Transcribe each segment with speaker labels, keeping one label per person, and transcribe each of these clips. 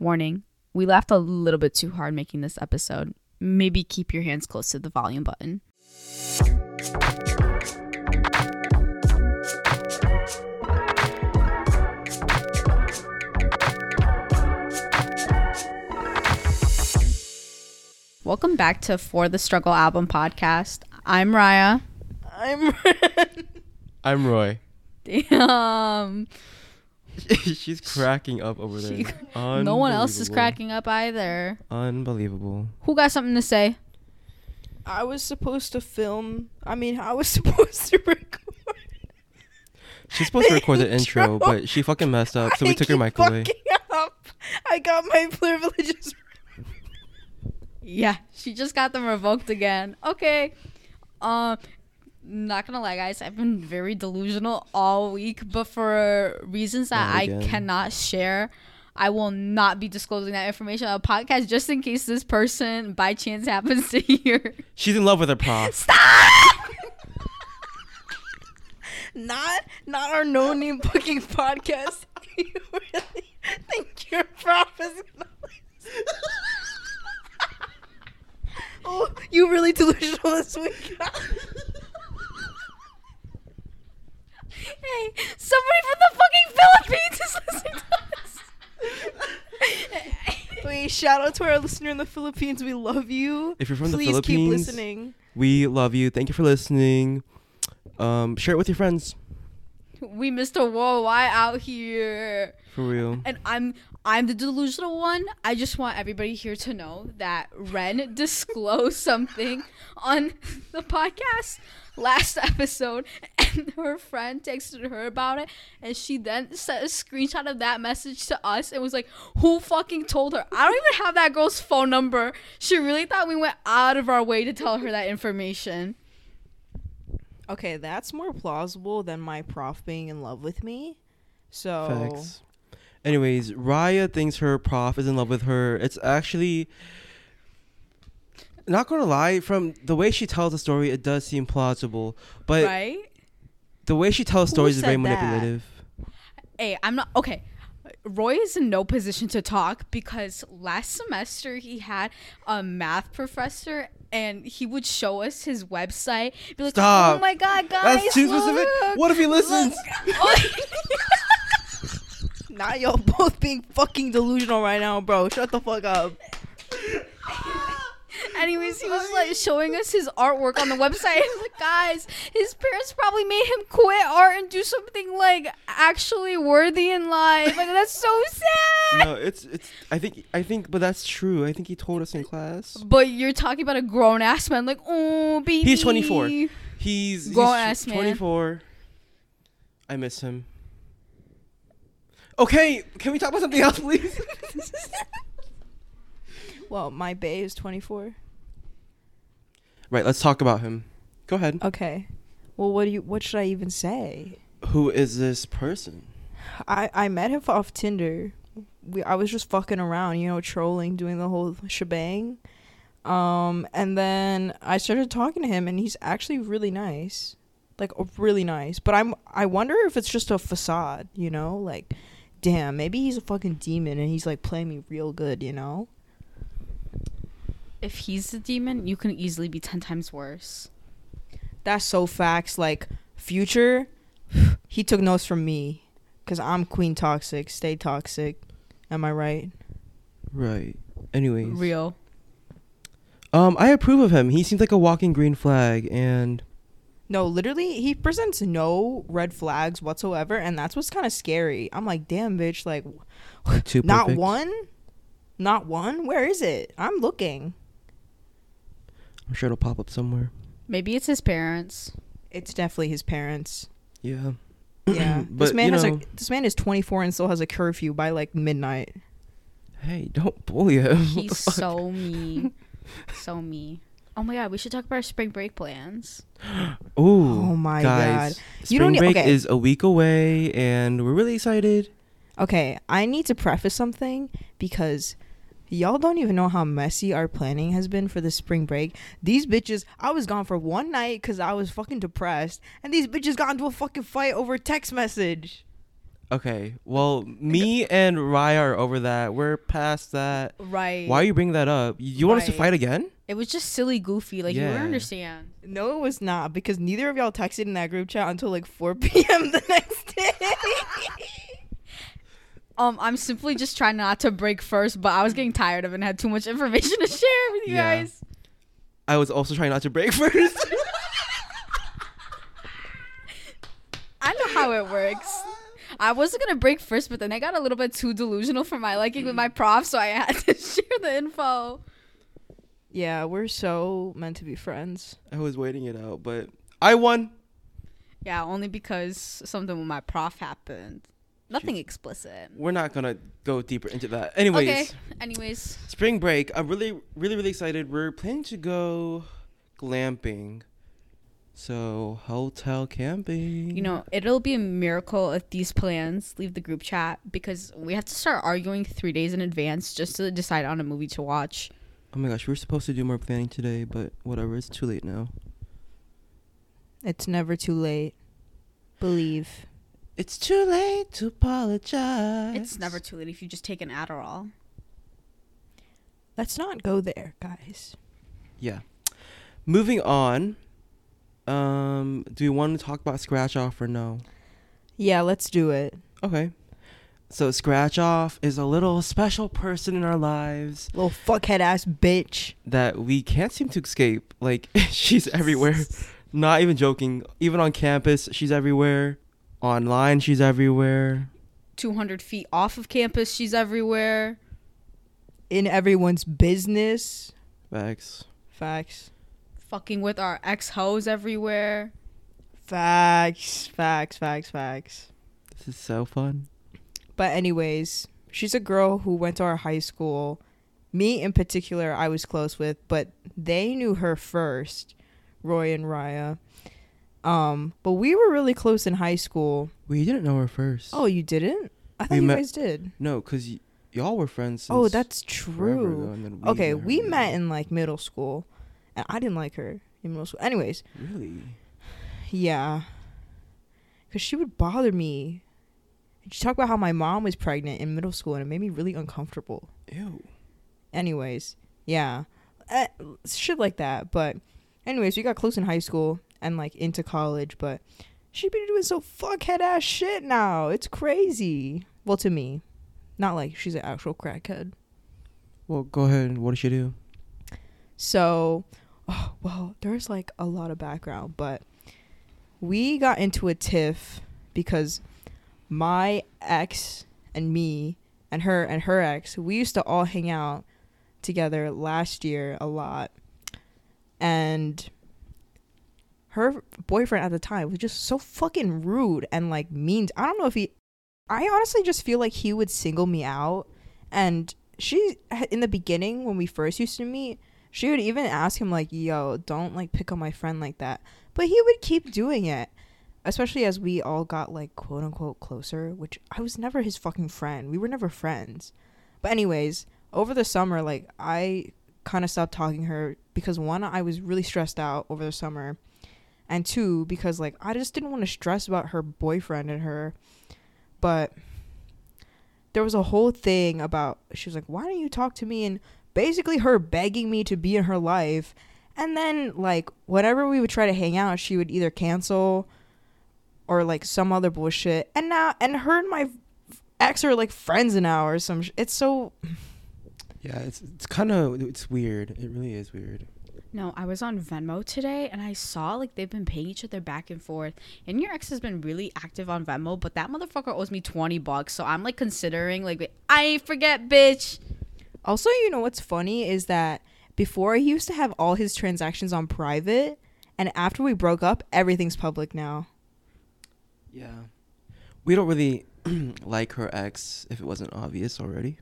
Speaker 1: Warning we laughed a little bit too hard making this episode. Maybe keep your hands close to the volume button. Welcome back to For the Struggle Album Podcast. I'm Raya.
Speaker 2: I'm
Speaker 3: I'm Roy.
Speaker 1: Um,
Speaker 3: She's cracking up over there.
Speaker 1: no one else is
Speaker 3: Unbelievable.
Speaker 1: cracking up either.
Speaker 3: Unbelievable.
Speaker 1: Who got something to say?
Speaker 2: I was supposed to film. I mean, I was supposed to record.
Speaker 3: She's supposed to
Speaker 2: the
Speaker 3: record the intro, but she fucking messed up, so we
Speaker 2: I
Speaker 3: took her
Speaker 2: keep
Speaker 3: mic away.
Speaker 2: fucking up. I got my privileges.
Speaker 1: Yeah, she just got them revoked again. Okay. Um not gonna lie guys, I've been very delusional all week, but for reasons that
Speaker 3: Not
Speaker 1: I
Speaker 3: again.
Speaker 1: cannot share, I will not be disclosing that information on a podcast just in case this person by chance happens to hear.
Speaker 3: She's in love with her prof.
Speaker 2: Not, not our no name booking podcast. you really think your prop is? oh, you really delusional this week.
Speaker 1: Hey, somebody from the fucking Philippines is listening to this.
Speaker 2: Wait, shout out to our listener in the Philippines. We love you.
Speaker 3: If you're from the
Speaker 2: Please keep
Speaker 3: Philippines,
Speaker 2: listening.
Speaker 3: we love you. Thank you for listening. Um, share it with your friends.
Speaker 1: we missed a worldwide out here.
Speaker 3: For real.
Speaker 1: and I'm I'm the delusional one. I just want everybody here to know that Ren disclosed something on the podcast last episode, and her friend texted her about it, and she then sent a screenshot of that message to us and was like, "Who fucking told her? I don't even have that girl's phone number. She really thought we went out of our way to tell her that information."
Speaker 2: Okay, that's more plausible than my prof being in love with me. So
Speaker 3: Facts. Anyways, Raya thinks her prof is in love with her. It's actually not gonna lie, from the way she tells the story, it does seem plausible. But
Speaker 1: right?
Speaker 3: the way she tells
Speaker 2: Who
Speaker 3: stories is very
Speaker 2: said that?
Speaker 3: manipulative.
Speaker 1: hey, I'm not okay. Roy is in no position to talk because last semester he had a math professor and he would show us his website. Be like,
Speaker 3: Stop.
Speaker 1: oh my god, guys,
Speaker 3: That's too specific.
Speaker 1: look."
Speaker 3: What if he listens?
Speaker 2: now y'all both being fucking delusional right now, bro. Shut the fuck up.
Speaker 1: Anyways, he was like showing us his artwork on the website. He was like, guys, his parents probably made him quit art and do something like actually worthy in life. Like that's so sad.
Speaker 3: no, it's it's. I think I think, but that's true. I think he told us in class.
Speaker 1: But you're talking about a grown ass man, like, oh baby.
Speaker 3: He's 24. He's, he's
Speaker 1: Grown ass man.
Speaker 3: 24. I miss him. Okay, can we talk about something else, please?
Speaker 2: Well, my bae is 24.
Speaker 3: right, let's talk about him. Go ahead.
Speaker 2: Okay. Well, what do you? What should I even say?
Speaker 3: Who is this person?
Speaker 2: I I met him off Tinder. We I was just fucking around, you know, trolling, doing the whole shebang. Um, and then I started talking to him, and he's actually really nice, like uh, really nice. But I'm I wonder if it's just a facade, you know, like, damn, maybe he's a fucking demon and he's like playing me real good, you know.
Speaker 1: if he's the demon, you can easily be 10 times worse.
Speaker 2: That's so facts. Like future, he took notes from me, cause I'm queen toxic, stay toxic. Am I right?
Speaker 3: Right. Anyways,
Speaker 1: Real.
Speaker 3: um, I approve of him. He seems like a walking green flag, and
Speaker 2: No, literally, he presents no red flags whatsoever, and that's what's kind of scary. I'm like, damn, bitch, like,
Speaker 3: too
Speaker 2: not
Speaker 3: perfect.
Speaker 2: one, not one. Where is it? I'm looking.
Speaker 3: I'm sure it'll pop up somewhere.
Speaker 1: Maybe it's his parents.
Speaker 2: It's definitely his parents.
Speaker 3: Yeah.
Speaker 2: Yeah, this
Speaker 3: But,
Speaker 2: man
Speaker 3: you
Speaker 2: has
Speaker 3: know-
Speaker 2: a this man is 24 and still has a curfew by like midnight.
Speaker 3: Hey, don't bully him. What the
Speaker 1: He's
Speaker 3: fuck?
Speaker 1: so mean. so mean. Oh my god, we should talk about our spring break plans.
Speaker 3: Ooh,
Speaker 2: Oh my
Speaker 3: guys.
Speaker 2: God.
Speaker 3: Spring
Speaker 2: You don't need-
Speaker 3: break
Speaker 2: okay.
Speaker 3: is a week away, and we're really excited.
Speaker 2: Okay, I need to preface something because y'all don't even know how messy our planning has been for the spring break. These bitches, I was gone for one night because I was fucking depressed, and these bitches got into a fucking fight over a text message.
Speaker 3: Okay. Well, me and Raya are over that. We're past that.
Speaker 1: Right.
Speaker 3: Why are you bringing that up? You you want us to
Speaker 1: Right.
Speaker 3: fight again?
Speaker 1: It was just silly, goofy. Like you
Speaker 3: Yeah.
Speaker 1: don't understand.
Speaker 2: No, it was not because neither of y'all texted in that group chat until like 4 p.m. the next day.
Speaker 1: Um, I'm simply just trying not to break first, but I was getting tired of it and had too much information to share with you
Speaker 3: Yeah.
Speaker 1: guys.
Speaker 3: I was also trying not to break first.
Speaker 1: I know how it works. I wasn't gonna break first, but then I got a little bit too delusional for my liking with
Speaker 3: Mm.
Speaker 1: my prof, so I had to share the info.
Speaker 2: yeah, we're so meant to be friends.
Speaker 3: I was waiting it out, but I won.
Speaker 1: Yeah, only because something with my prof happened. Nothing explicit.
Speaker 3: We're not gonna go deeper into that. Anyways,
Speaker 1: Okay. Anyways,
Speaker 3: spring break. I'm really, really, really excited. We're planning to go glamping, so hotel camping.
Speaker 1: you know, it'll be a miracle if these plans leave the group chat because we have to start arguing three days in advance just to decide on a movie to watch.
Speaker 3: Oh my gosh, we were supposed to do more planning today, but whatever. It's too late now.
Speaker 2: It's never too late. Believe.
Speaker 3: It's too late to apologize.
Speaker 1: It's never too late if you just take an Adderall.
Speaker 2: Let's not go there, guys.
Speaker 3: Yeah. Moving on. Um, do we want to talk about scratch off or no?
Speaker 2: Yeah, let's do it.
Speaker 3: Okay. So scratch off is a little special person in our lives
Speaker 2: Little fuckhead ass bitch.
Speaker 3: that we can't seem to escape. Like she's everywhere. Not even joking. Even on campus, she's everywhere. Online, she's everywhere.
Speaker 1: 200 feet off of campus, she's everywhere.
Speaker 2: In everyone's business.
Speaker 3: Facts.
Speaker 2: Facts.
Speaker 1: Fucking with our ex hoes everywhere.
Speaker 2: Facts. Facts. Facts. Facts.
Speaker 3: This is so fun.
Speaker 2: But anyways, she's a girl who went to our high school. Me in particular, I was close with, but they knew her first, Roy and Raya. Um, but we were really close in high school.
Speaker 3: We didn't know her first.
Speaker 2: Oh, you didn't? I thought
Speaker 3: We
Speaker 2: you
Speaker 3: met-
Speaker 2: guys did.
Speaker 3: no, cause y- y'all were friends. Since
Speaker 2: Oh, that's
Speaker 3: forever ago,
Speaker 2: true.
Speaker 3: and then
Speaker 2: okay,
Speaker 3: never
Speaker 2: we
Speaker 3: met.
Speaker 2: met in like middle school, and I didn't like her in middle school. Anyways,
Speaker 3: Really?
Speaker 2: Yeah. Because she would bother me. And She talked about how my mom was pregnant in middle school and it made me really uncomfortable.
Speaker 3: Ew.
Speaker 2: Anyways, yeah. Uh, shit like that. But, anyways, we got close in high school and like into college, but she'd been doing so fuckhead ass shit now. It's crazy. Well, to me. Not like she's an actual crackhead.
Speaker 3: Well, go ahead. What did she do?
Speaker 2: So, oh, well, there's like a lot of background, but we got into a tiff because my ex and me and her and her ex, we used to all hang out together last year a lot. And her boyfriend at the time was just so fucking rude and like mean. I don't know if he I honestly just feel like he would single me out and she in the beginning when we first used to meet she would even ask him like, "Yo, don't like pick on my friend like that." But he would keep doing it, especially as we all got like quote unquote closer, which I was never his fucking friend. We were never friends. But anyways, over the summer, like I kind of stopped talking to her because one, I was really stressed out over the summer, and two, because like I just didn't want to stress about her boyfriend and her. But there was a whole thing about she was like, "Why don't you talk to me?" and basically her begging me to be in her life. And then like whenever we would try to hang out, she would either cancel or like some other bullshit. And now and her and my ex are like friends now or some sh- it's so
Speaker 3: Yeah, it's it's kind of it's weird. It really is weird.
Speaker 1: No, I was on Venmo today and I saw like they've been paying each other back and forth. And your ex has been really active on Venmo, but that motherfucker owes me 20 bucks. So I'm like considering, like, I ain't forget, bitch.
Speaker 2: Also, you know what's funny is that before he used to have all his transactions on private and after we broke up, everything's public now.
Speaker 3: Yeah. We don't really like her ex if it wasn't obvious already.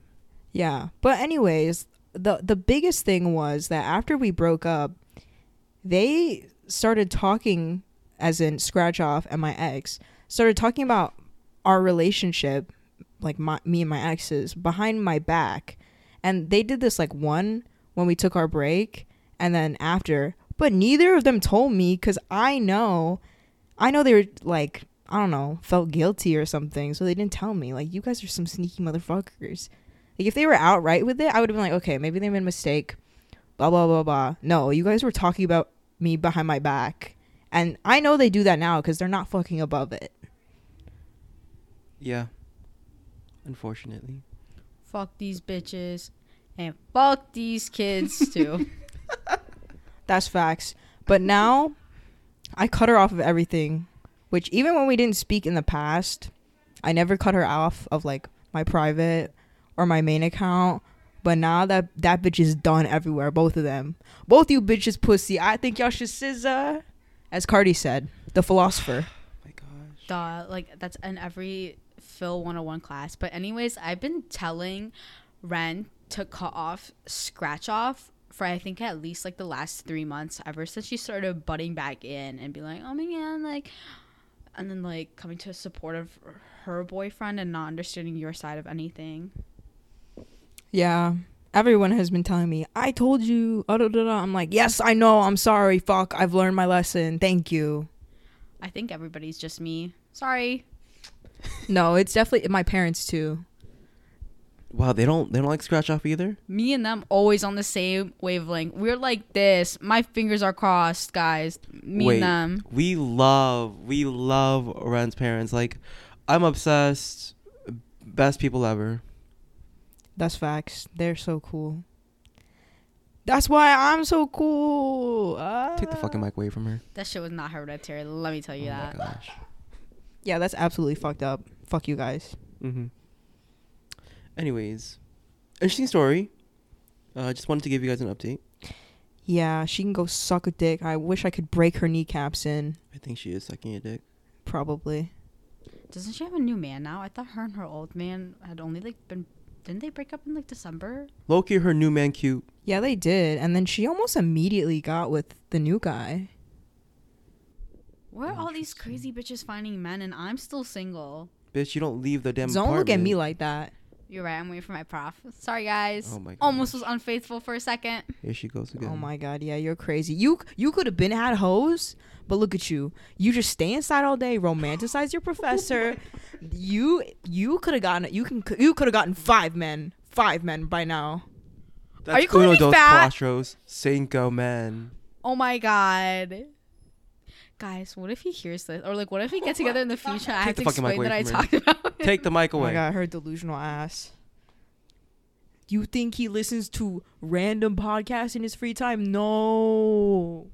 Speaker 2: Yeah. But anyways, the the biggest thing was that after we broke up, they started talking as in scratch off and my ex started talking about our relationship like my, me and my exes behind my back and they did this like one when we took our break and then after but neither of them told me because i know i know they were like I don't know, felt guilty or something. So they didn't tell me. Like, you guys are some sneaky motherfuckers. Like, if they were outright with it, I would have been like, okay, maybe they made a mistake. Blah, blah, blah, blah. No, you guys were talking about me behind my back. And I know they do that now because they're not fucking above it.
Speaker 3: Yeah. Unfortunately.
Speaker 1: Fuck these bitches. And fuck these kids too.
Speaker 2: That's facts. But now I cut her off of everything, which even when we didn't speak in the past, I never cut her off of like my private or my main account. But now that that bitch is done everywhere, both of them. Both you bitches pussy. I think y'all should scissor. As Cardi said, the philosopher.
Speaker 3: my gosh.
Speaker 1: Duh, like that's in every Phil 101 class. But anyways, I've been telling Ren to cut off scratch off for I think at least like the last three months ever since she started butting back in and being like, oh my god, like, and then like coming to support of her boyfriend and not understanding your side of anything.
Speaker 2: Yeah. Everyone has been telling me, I told you. uh, da, da, da." I'm like, yes, I know. I'm sorry. Fuck. I've learned my lesson. Thank you.
Speaker 1: I think everybody's just me. Sorry.
Speaker 2: No, it's definitely my parents too.
Speaker 3: Wow, they don't they don't like scratch off either?
Speaker 1: Me and them always on the same wavelength. We're like this. My fingers are crossed, guys. Me and
Speaker 3: Wait,
Speaker 1: them.
Speaker 3: We love we love Ren's parents. Like I'm obsessed. Best people ever.
Speaker 2: That's facts. They're so cool. That's why I'm so cool.
Speaker 3: Take the fucking
Speaker 2: Ah.
Speaker 3: mic away from her.
Speaker 1: That shit was not hereditary. Let me tell you
Speaker 3: oh
Speaker 1: that.
Speaker 3: my gosh.
Speaker 2: Yeah, that's absolutely fucked up. Fuck you guys.
Speaker 3: Mm-hmm. Anyways, interesting story. I uh, just wanted to give you guys an update.
Speaker 2: Yeah, she can go suck a dick. I wish I could break her kneecaps in.
Speaker 3: I think she is sucking a dick.
Speaker 2: Probably.
Speaker 1: Doesn't she have a new man now? I thought her and her old man had only like been. Didn't they break up in like December?
Speaker 3: Loki, her new man, cute.
Speaker 2: Yeah, they did. And then she almost immediately got with the new guy.
Speaker 1: Where are all these crazy bitches finding men and I'm still single?
Speaker 3: Bitch, you don't leave the damn.
Speaker 2: Don't look at me
Speaker 3: apartment.
Speaker 2: like that.
Speaker 1: You're right. I'm waiting for my prof. Sorry, guys.
Speaker 3: Oh my
Speaker 1: Almost was unfaithful for a second.
Speaker 3: Here she goes again.
Speaker 2: Oh my god, yeah, you're crazy. You you could have been had hoes, but look at you. You just stay inside all day, romanticize your professor. you you could have gotten you can you could have gotten five men, five men by now.
Speaker 3: That's
Speaker 1: Are you calling
Speaker 3: uno
Speaker 1: me
Speaker 3: dos
Speaker 1: fat?
Speaker 3: cuatros, cinco man.
Speaker 1: Oh my god. Guys, what if he hears this? Or like, what if we get together in the future? I have
Speaker 3: the
Speaker 1: to
Speaker 3: fucking mic
Speaker 1: explain that I
Speaker 3: away
Speaker 1: talked about.
Speaker 3: Take the mic
Speaker 2: Oh my
Speaker 3: away.
Speaker 2: god, her delusional ass. You think he listens to random podcasts in his free time? No.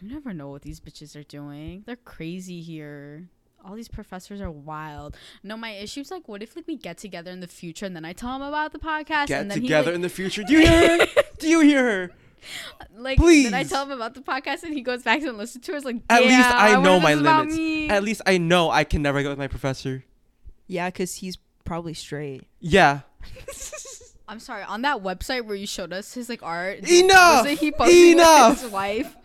Speaker 1: You never know what these bitches are doing. They're crazy here. All these professors are wild. No, my issue's like, what if like we get together in the future and then I tell him about the podcast
Speaker 3: Get
Speaker 1: and then
Speaker 3: together in the future. Do you hear her? Do you hear her?
Speaker 1: he like, like then I
Speaker 3: Please.
Speaker 1: tell him about the podcast and he goes back and listens to it. It's like,
Speaker 3: At least
Speaker 1: "Damn,
Speaker 3: I know
Speaker 1: wonder if
Speaker 3: my
Speaker 1: this is about
Speaker 3: limits.
Speaker 1: me."
Speaker 3: At least I know I can never go with my professor.
Speaker 2: Yeah, cuz he's probably straight.
Speaker 3: Yeah.
Speaker 1: I'm sorry. On that website where you showed us his like art,
Speaker 3: Enough!
Speaker 1: was it he posted with
Speaker 3: Enough!
Speaker 1: his wife?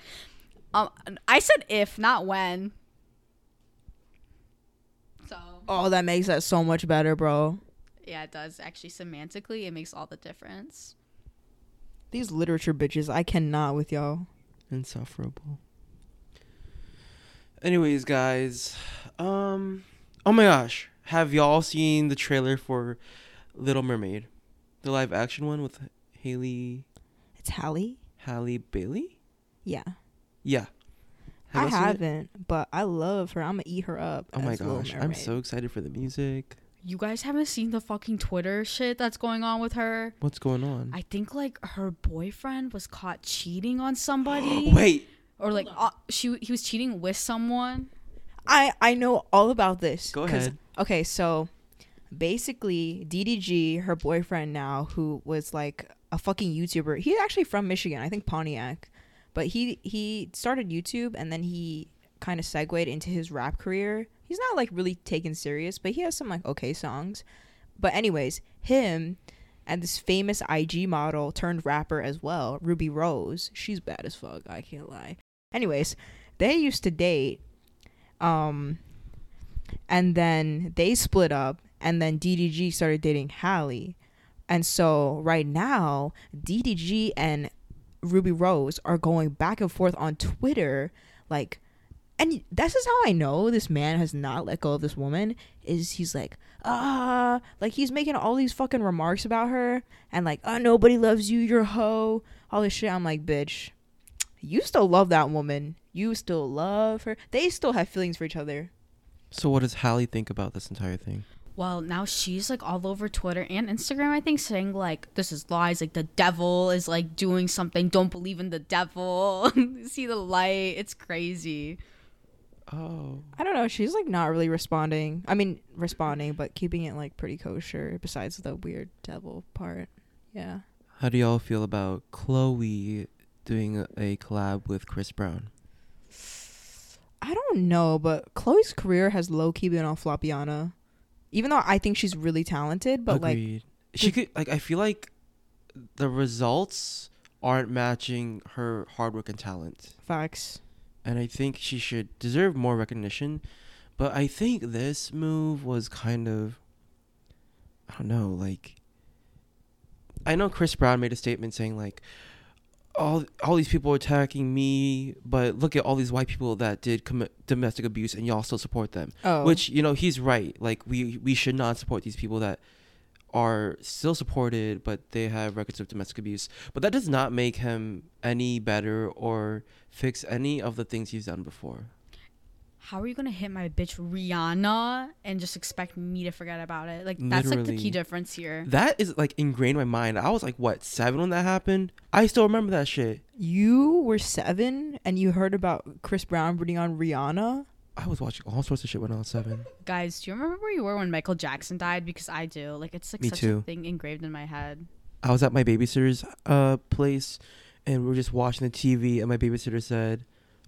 Speaker 1: Um, I said if, not when. So.
Speaker 2: Oh, that makes that so much better, bro.
Speaker 1: Yeah, it does. Actually, semantically, it makes all the difference.
Speaker 2: These literature bitches, I cannot with y'all.
Speaker 3: Insufferable. Anyways, guys. Um oh my gosh. Have y'all seen the trailer for Little Mermaid? The live action one with Haley
Speaker 2: It's Hallie?
Speaker 3: Halle Bailey?
Speaker 2: Yeah.
Speaker 3: Yeah. Have
Speaker 2: I
Speaker 3: y'all seen it?
Speaker 2: haven't, but I love her. I'm gonna eat her up.
Speaker 3: Oh my
Speaker 2: as Little
Speaker 3: gosh. I'm
Speaker 2: Mermaid.
Speaker 3: so excited for the music.
Speaker 1: You guys haven't seen the fucking Twitter shit that's going on with her?
Speaker 3: What's going on?
Speaker 1: I think like her boyfriend was caught cheating on somebody,
Speaker 3: Wait.
Speaker 1: or like uh, she he was cheating with someone.
Speaker 2: I I know all about this.
Speaker 3: Go
Speaker 2: 'cause-
Speaker 3: ahead.
Speaker 2: Okay, so basically, DDG, her boyfriend now, who was like a fucking YouTuber. He's actually from Michigan, I think Pontiac, but he he started YouTube and then he kind of segued into his rap career. He's not like really taken serious, but he has some like okay songs. But anyways, him and this famous IG model turned rapper as well, Ruby Rose. She's bad as fuck. I can't lie. Anyways, they used to date. Um, and then they split up, and then DDG started dating Hallie. And so right now, DDG and Ruby Rose are going back and forth on Twitter, like and this is how I know this man has not let go of this woman is he's like ah like he's making all these fucking remarks about her and like oh nobody loves you you're a hoe all this shit I'm like bitch you still love that woman you still love her they still have feelings for each other
Speaker 3: So what does Hallie think about this entire thing?
Speaker 1: Well, now she's like all over Twitter and Instagram, I think, saying like, this is lies. Like, the devil is like doing something. Don't believe in the devil. See the light. It's crazy.
Speaker 3: Oh.
Speaker 2: I don't know she's like not really responding I mean responding but keeping it like pretty kosher besides the weird devil part yeah
Speaker 3: How do y'all feel about Chloe doing a- a collab with Chris Brown?
Speaker 2: I don't know, but Chloe's career has low key been on Flopiana. Even though I think she's really talented, but like
Speaker 3: Agreed. she could like I feel like the results aren't matching her hard work and talent.
Speaker 2: facts.
Speaker 3: And I think she should deserve more recognition. But I think this move was kind of I don't know, like I know Chris Brown made a statement saying like all all these people are attacking me, but look at all these white people that did commit domestic abuse and y'all still support them.
Speaker 2: Oh,
Speaker 3: Which you know he's right. Like we we should not support these people that are still supported, but they have records of domestic abuse. But that does not make him any better or fix any of the things he's done before.
Speaker 1: How are you gonna hit my bitch Rihanna and just expect me to forget about it? Like that's like the
Speaker 3: Literally.
Speaker 1: key difference here.
Speaker 3: That is like ingrained in my mind. I was like what seven when that happened. I still remember that shit.
Speaker 2: you were seven and you heard about Chris Brown rooting on Rihanna.
Speaker 3: I was watching all sorts of shit when I was seven.
Speaker 1: Guys, do you remember where you were when Michael Jackson died? Because I do. Like it's like
Speaker 3: Me
Speaker 1: such
Speaker 3: too.
Speaker 1: a thing engraved in my head.
Speaker 3: I was at my babysitter's uh place, and we were just watching the TV, and my babysitter said,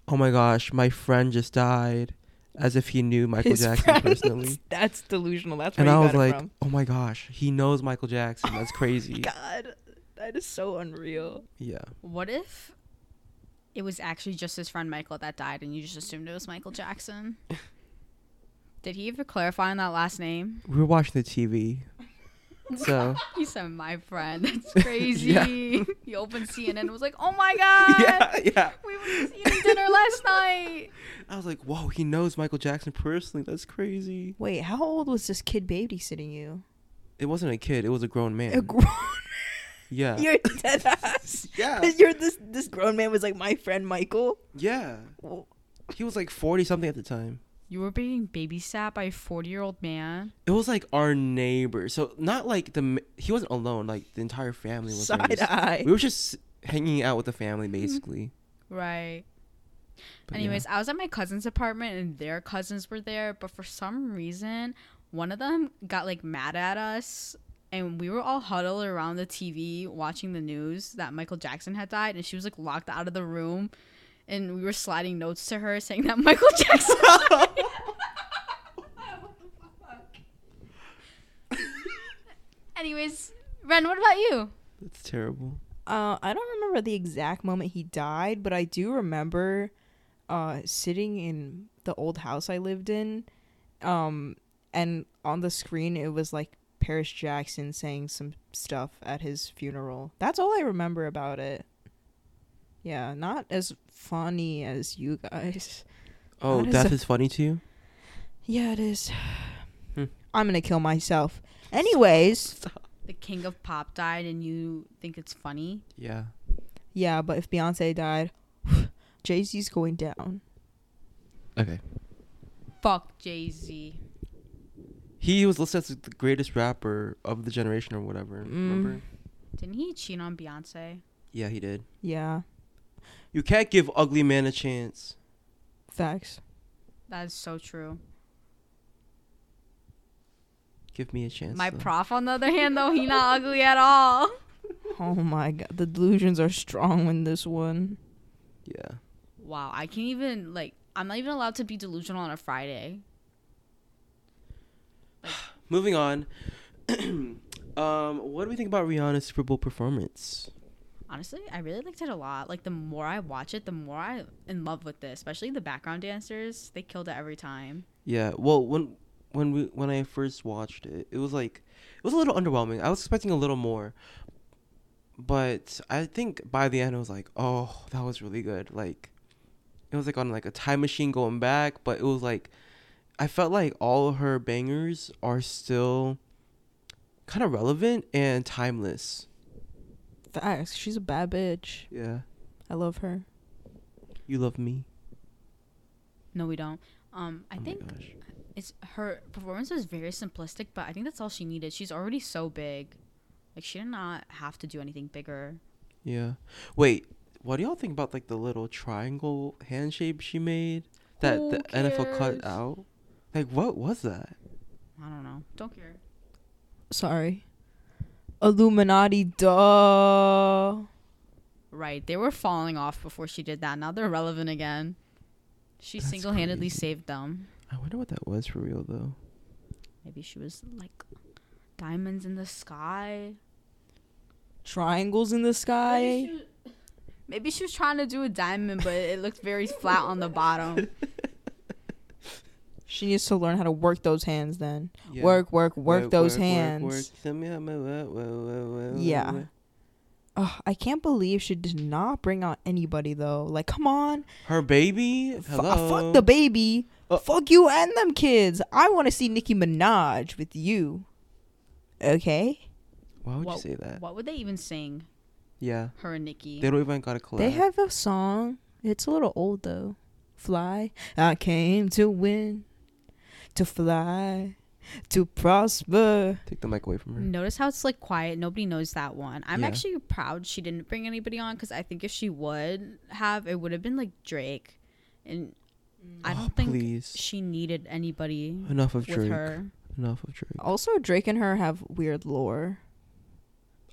Speaker 3: "Oh my gosh, my friend just died," as if he knew Michael
Speaker 2: His
Speaker 3: Jackson
Speaker 2: friends.
Speaker 3: personally.
Speaker 2: That's delusional. That's where
Speaker 3: and
Speaker 2: you
Speaker 3: I was
Speaker 2: got
Speaker 3: like,
Speaker 2: it from.
Speaker 3: "Oh my gosh, he knows Michael Jackson. That's crazy."
Speaker 2: Oh God, that is so unreal.
Speaker 3: yeah,
Speaker 1: What if it was actually just his friend Michael that died and you just assumed it was Michael Jackson? Did he ever clarify on that last name?
Speaker 3: we were watching the TV, so
Speaker 1: He said, "My friend." That's crazy.
Speaker 3: Yeah.
Speaker 1: He opened CNN and was like, "Oh my god,
Speaker 3: yeah, yeah.
Speaker 1: we were just eating dinner last night."
Speaker 3: I was like, "Whoa, he knows Michael Jackson personally. That's crazy."
Speaker 2: Wait, how old was this kid babysitting you?
Speaker 3: It wasn't a kid; it was a grown man.
Speaker 2: A grown,
Speaker 3: yeah,
Speaker 2: you're dead ass.
Speaker 3: yeah,
Speaker 2: You're this this grown man was like my friend Michael.
Speaker 3: yeah. He was like forty something at the time.
Speaker 1: You were being babysat by a forty-year-old man.
Speaker 3: It was like our neighbor, so not like the m- he wasn't alone. Like the entire family was. there
Speaker 2: Side
Speaker 3: just-
Speaker 2: eye. Mm-hmm.
Speaker 3: we were just hanging out with the family basically.
Speaker 1: Right.
Speaker 3: But yeah.
Speaker 1: Anyways, I was at my cousin's apartment and their cousins were there, but for some reason, one of them got like mad at us and we were all huddled around the TV watching the news that Michael Jackson had died and she was like locked out of the room and we were sliding notes to her saying that Michael Jackson died. Anyways, Ren, what about you?
Speaker 3: that's terrible.
Speaker 2: Uh, I don't remember the exact moment he died, but I do remember uh, sitting in the old house I lived in, um, and on the screen it was like Paris Jackson saying some stuff at his funeral. That's all I remember about it. Yeah, not as funny as you guys.
Speaker 3: Oh,
Speaker 2: That is
Speaker 3: death
Speaker 2: a-
Speaker 3: is funny to you.
Speaker 2: Yeah, it is.
Speaker 3: Hmm.
Speaker 2: I'm gonna kill myself. Anyways,
Speaker 1: The king of pop died and you think it's funny?
Speaker 3: Yeah.
Speaker 2: yeah, but if Beyonce died, Jay Z's going down.
Speaker 3: Okay.
Speaker 1: Fuck Jay-Z.
Speaker 3: He was listed as the greatest rapper of the generation or whatever. Remember?
Speaker 1: Didn't he cheat on Beyonce?
Speaker 3: Yeah, he did.
Speaker 2: Yeah,
Speaker 3: You can't give ugly man a chance.
Speaker 2: facts.
Speaker 1: That is so true.
Speaker 3: Give me a chance.
Speaker 1: My
Speaker 3: though.
Speaker 1: prof, on the other hand, though, he not ugly at all.
Speaker 2: Oh my god, the delusions are strong in this one.
Speaker 3: Yeah.
Speaker 1: Wow, I can't even like. I'm not even allowed to be delusional on a Friday.
Speaker 3: Moving on. um, what do we think about Rihanna's Super Bowl performance?
Speaker 1: Honestly, I really liked it a lot. Like the more I watch it, the more I in love with this. Especially the background dancers, they killed it every time.
Speaker 3: Yeah. Well, when when we when I first watched it, it was like it was a little underwhelming. I was expecting a little more, but I think by the end I was like, oh, that was really good. Like, it was like on like a time machine going back, but it was like I felt like all her bangers are still kind of relevant and timeless.
Speaker 2: Facts. She's a bad bitch.
Speaker 3: Yeah.
Speaker 2: I love her.
Speaker 3: You love me.
Speaker 1: No, we don't. Um, I
Speaker 3: oh
Speaker 1: think
Speaker 3: my gosh.
Speaker 1: it's her performance was very simplistic, but I think that's all she needed. She's already so big. Like she did not have to do anything bigger.
Speaker 3: Yeah. Wait, what do y'all think about like the little triangle hand shape she made that
Speaker 1: Who
Speaker 3: the NFL
Speaker 1: cares?
Speaker 3: cut out? Like what was that?
Speaker 1: I don't know. Don't care.
Speaker 2: Sorry. Illuminati, duh.
Speaker 1: Right. They were falling off before she did that. Now they're relevant again. She
Speaker 3: That's
Speaker 1: single handedly
Speaker 3: crazy.
Speaker 1: saved them.
Speaker 3: I wonder what that was for real though.
Speaker 1: Maybe she was like diamonds in the sky.
Speaker 2: Triangles in the
Speaker 1: Maybe
Speaker 2: sky.
Speaker 1: she was, maybe she was trying to do a diamond, but it looked very flat on the bottom.
Speaker 2: She needs to learn how to work those hands then.
Speaker 3: Yeah.
Speaker 2: Work, work, work, those
Speaker 3: work,
Speaker 2: hands.
Speaker 3: work. Tell me how my wo- wo- wo- wo- wo-
Speaker 2: Yeah.
Speaker 3: wo-
Speaker 2: Ugh, I can't believe she did not bring out anybody though. Like, come on.
Speaker 3: Her baby.
Speaker 2: F-
Speaker 3: Hello.
Speaker 2: uh, fuck the baby.
Speaker 3: Uh,
Speaker 2: fuck you and them kids. I want to see Nicki Minaj with you. Okay.
Speaker 3: Why would
Speaker 1: What-
Speaker 3: you say that?
Speaker 1: What would they even sing?
Speaker 3: Yeah.
Speaker 1: Her and Nikki.
Speaker 3: They don't even got a collab.
Speaker 2: They have a song. It's a little old though. Fly. I came to win, to fly, to prosper.
Speaker 3: Take the mic away from her.
Speaker 1: Notice how it's like quiet. Nobody knows that one. I'm
Speaker 3: Yeah.
Speaker 1: actually proud she didn't bring anybody on because I think if she would have, it would have been like Drake, and I
Speaker 3: Oh,
Speaker 1: don't think
Speaker 3: please.
Speaker 1: she needed anybody
Speaker 3: Enough of
Speaker 1: with
Speaker 3: Drake.
Speaker 1: her.
Speaker 3: Enough of Drake.
Speaker 2: Also, Drake and her have weird lore.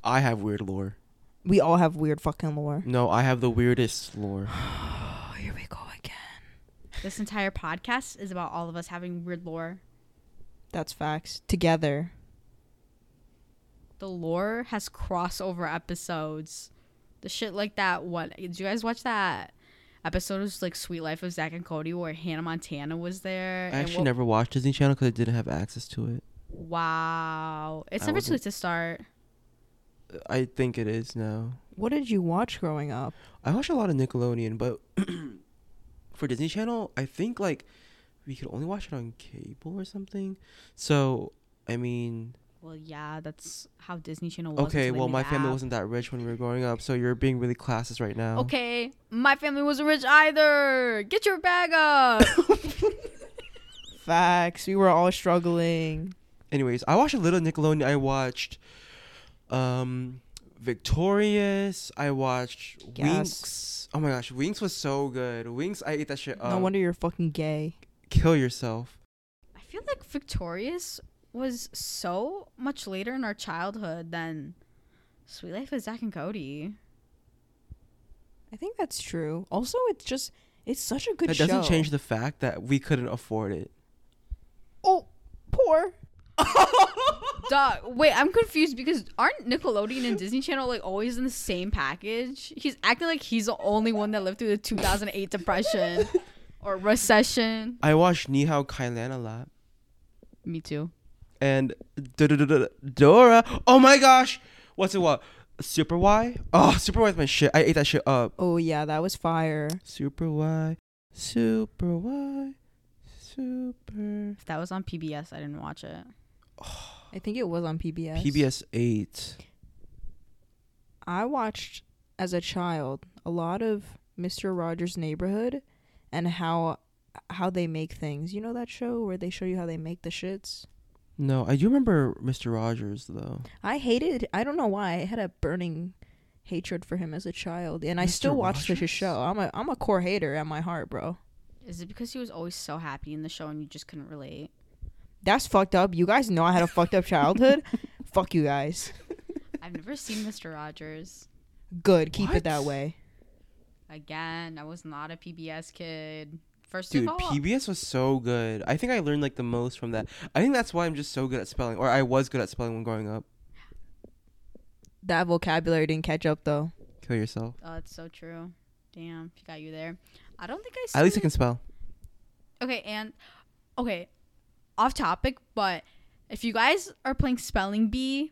Speaker 3: I have weird lore.
Speaker 2: We all have weird fucking lore.
Speaker 3: No, I have the weirdest lore.
Speaker 2: Oh, here we go again.
Speaker 1: This entire podcast is about all of us having weird lore.
Speaker 2: That's facts. Together.
Speaker 1: The lore has crossover episodes. The shit like that. What did you guys watch that? Episode was like Sweet Life of Zach and Cody, where Hannah Montana was there.
Speaker 3: I
Speaker 1: and
Speaker 3: actually
Speaker 1: what-
Speaker 3: never watched Disney Channel because I didn't have access to it.
Speaker 1: Wow, it's
Speaker 3: I
Speaker 1: never too
Speaker 3: wasn't-
Speaker 1: late to start.
Speaker 3: I think it is now.
Speaker 2: What did you watch growing up?
Speaker 3: I watch a lot of Nickelodeon, but for Disney Channel, I think like we could only watch it on cable or something. So I mean,
Speaker 1: Well, yeah, that's how Disney Channel was.
Speaker 3: okay,
Speaker 1: until they
Speaker 3: well
Speaker 1: made
Speaker 3: my
Speaker 1: the
Speaker 3: family
Speaker 1: app.
Speaker 3: wasn't that rich when we were growing up, so you're being really classist right now.
Speaker 1: Okay, my family wasn't rich either. Get your bag up.
Speaker 2: Facts. We were all struggling.
Speaker 3: Anyways, I watched a little Nickelodeon. I watched, um, Victorious. I watched
Speaker 2: Yes.
Speaker 3: Winx. Oh my gosh, Winx was so good. Winx, I ate that shit up.
Speaker 2: no wonder you're fucking gay.
Speaker 3: Kill yourself.
Speaker 1: I feel like Victorious was so much later in our childhood than Sweet Life of Zach and Cody.
Speaker 2: I think that's true. Also, it's just it's such a good
Speaker 3: that
Speaker 2: show.
Speaker 3: doesn't change the fact that we couldn't afford it.
Speaker 2: oh, poor.
Speaker 1: Dog, wait, I'm confused because aren't Nickelodeon and Disney Channel like always in the same package? He's acting like he's the only one that lived through the 2008 depression or recession.
Speaker 3: I watched Ni Hao Kai Lan a lot
Speaker 1: Me too.
Speaker 3: and Dora. Oh my gosh, what's it what? Super Y. Oh, Super Y is my shit. I ate that shit up.
Speaker 2: Oh yeah, that was fire.
Speaker 3: Super Y, Super Y, Super.
Speaker 1: If that was on PBS, I didn't watch it.
Speaker 2: I think it was on PBS.
Speaker 3: PBS eight.
Speaker 2: I watched as a child a lot of Mister Rogers' Neighborhood, and how how they make things. You know that show where they show you how they make the shits.
Speaker 3: No, I do remember Mr. Rogers though.
Speaker 2: I hated. I don't know why. I had a burning hatred for him as a child, and I still
Speaker 3: Mr.
Speaker 2: watched his
Speaker 3: Rogers?
Speaker 2: show. I'm a I'm a core hater at my heart, bro.
Speaker 1: Is it because he was always so happy in the show and you just couldn't relate?
Speaker 2: That's fucked up. You guys know I had a fucked up childhood. Fuck you guys.
Speaker 1: I've never seen Mr. Rogers.
Speaker 2: Good. Keep it
Speaker 3: What?
Speaker 2: that way.
Speaker 1: Again, I was not a PBS kid. First
Speaker 3: Dude,
Speaker 1: of all,
Speaker 3: PBS was so good. I think I learned like the most from that. I think that's why I'm just so good at spelling, or I was good at spelling when growing up.
Speaker 2: That vocabulary didn't catch up though.
Speaker 3: Kill yourself.
Speaker 1: oh, that's so true. Damn, she got you there. I don't think I.
Speaker 3: At least I
Speaker 1: seen-
Speaker 3: can spell.
Speaker 1: Okay, and okay, off topic, but if you guys are playing spelling bee,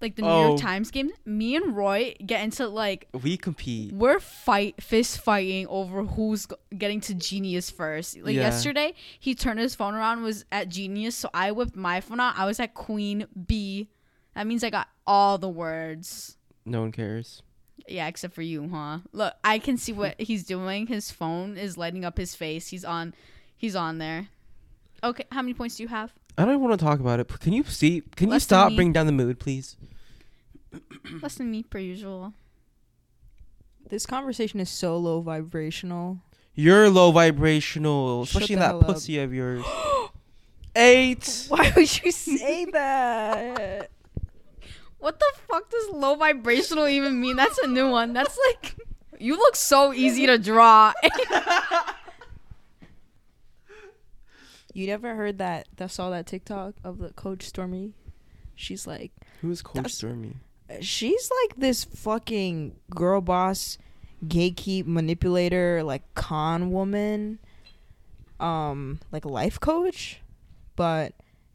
Speaker 1: like the New
Speaker 3: Oh.
Speaker 1: York Times game, me and Roy get into like
Speaker 3: We compete.
Speaker 1: we're fight fist fighting over who's g- getting to genius first. Like
Speaker 3: Yeah.
Speaker 1: yesterday, he turned his phone around was at genius, so I whipped my phone out. I was at queen B. That means I got all the words.
Speaker 3: No one cares.
Speaker 1: Yeah, except for you, huh? Look, I can see what he's doing. His phone is lighting up his face. He's on he's on there. Okay, how many points do you have?
Speaker 3: I don't want to talk about it. But can you see? Can you
Speaker 1: Less than
Speaker 3: stop
Speaker 1: me.
Speaker 3: bringing down the mood, please?
Speaker 1: Less than me per usual.
Speaker 2: This conversation is so low vibrational.
Speaker 3: You're low vibrational,
Speaker 2: Shut
Speaker 3: especially
Speaker 2: the
Speaker 3: that
Speaker 2: hell up.
Speaker 3: pussy of yours. Eight.
Speaker 2: Why would you say that?
Speaker 1: What the fuck does low vibrational even mean? That's a new one. That's like you look so easy to draw.
Speaker 2: you never heard that? That saw that TikTok of the coach Stormy. She's like,
Speaker 3: Who's Coach
Speaker 2: That's-
Speaker 3: Stormy?
Speaker 2: she's like this fucking girl boss, gatekeep manipulator, like con woman, um, like life coach. But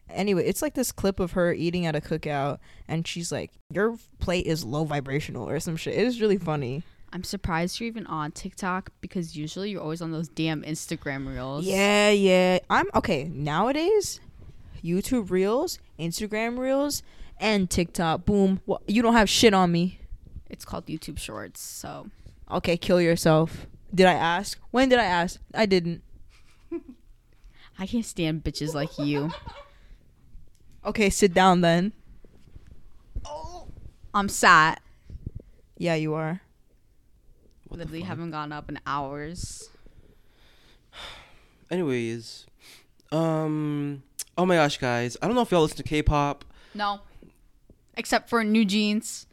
Speaker 2: anyway, it's like this clip of her eating at a cookout, and she's like, "Your plate is low vibrational" or some shit. It is really funny.
Speaker 1: I'm surprised you're even on TikTok because usually you're always on those damn Instagram reels.
Speaker 2: Yeah, yeah. I'm okay nowadays. YouTube Reels, Instagram Reels, and TikTok. Boom. Wha- You don't have shit on me.
Speaker 1: It's called YouTube Shorts. So
Speaker 2: Okay, kill yourself. Did I ask? When did I ask? I didn't.
Speaker 1: I can't stand bitches like you.
Speaker 2: Okay, sit down then.
Speaker 1: I'm sad.
Speaker 2: Yeah, you are.
Speaker 3: What the
Speaker 1: Literally
Speaker 3: fuck?
Speaker 1: haven't gone up in hours.
Speaker 3: Anyways, um, oh my gosh, guys, I don't know if y'all listen to K-pop.
Speaker 1: No. Except for new jeans.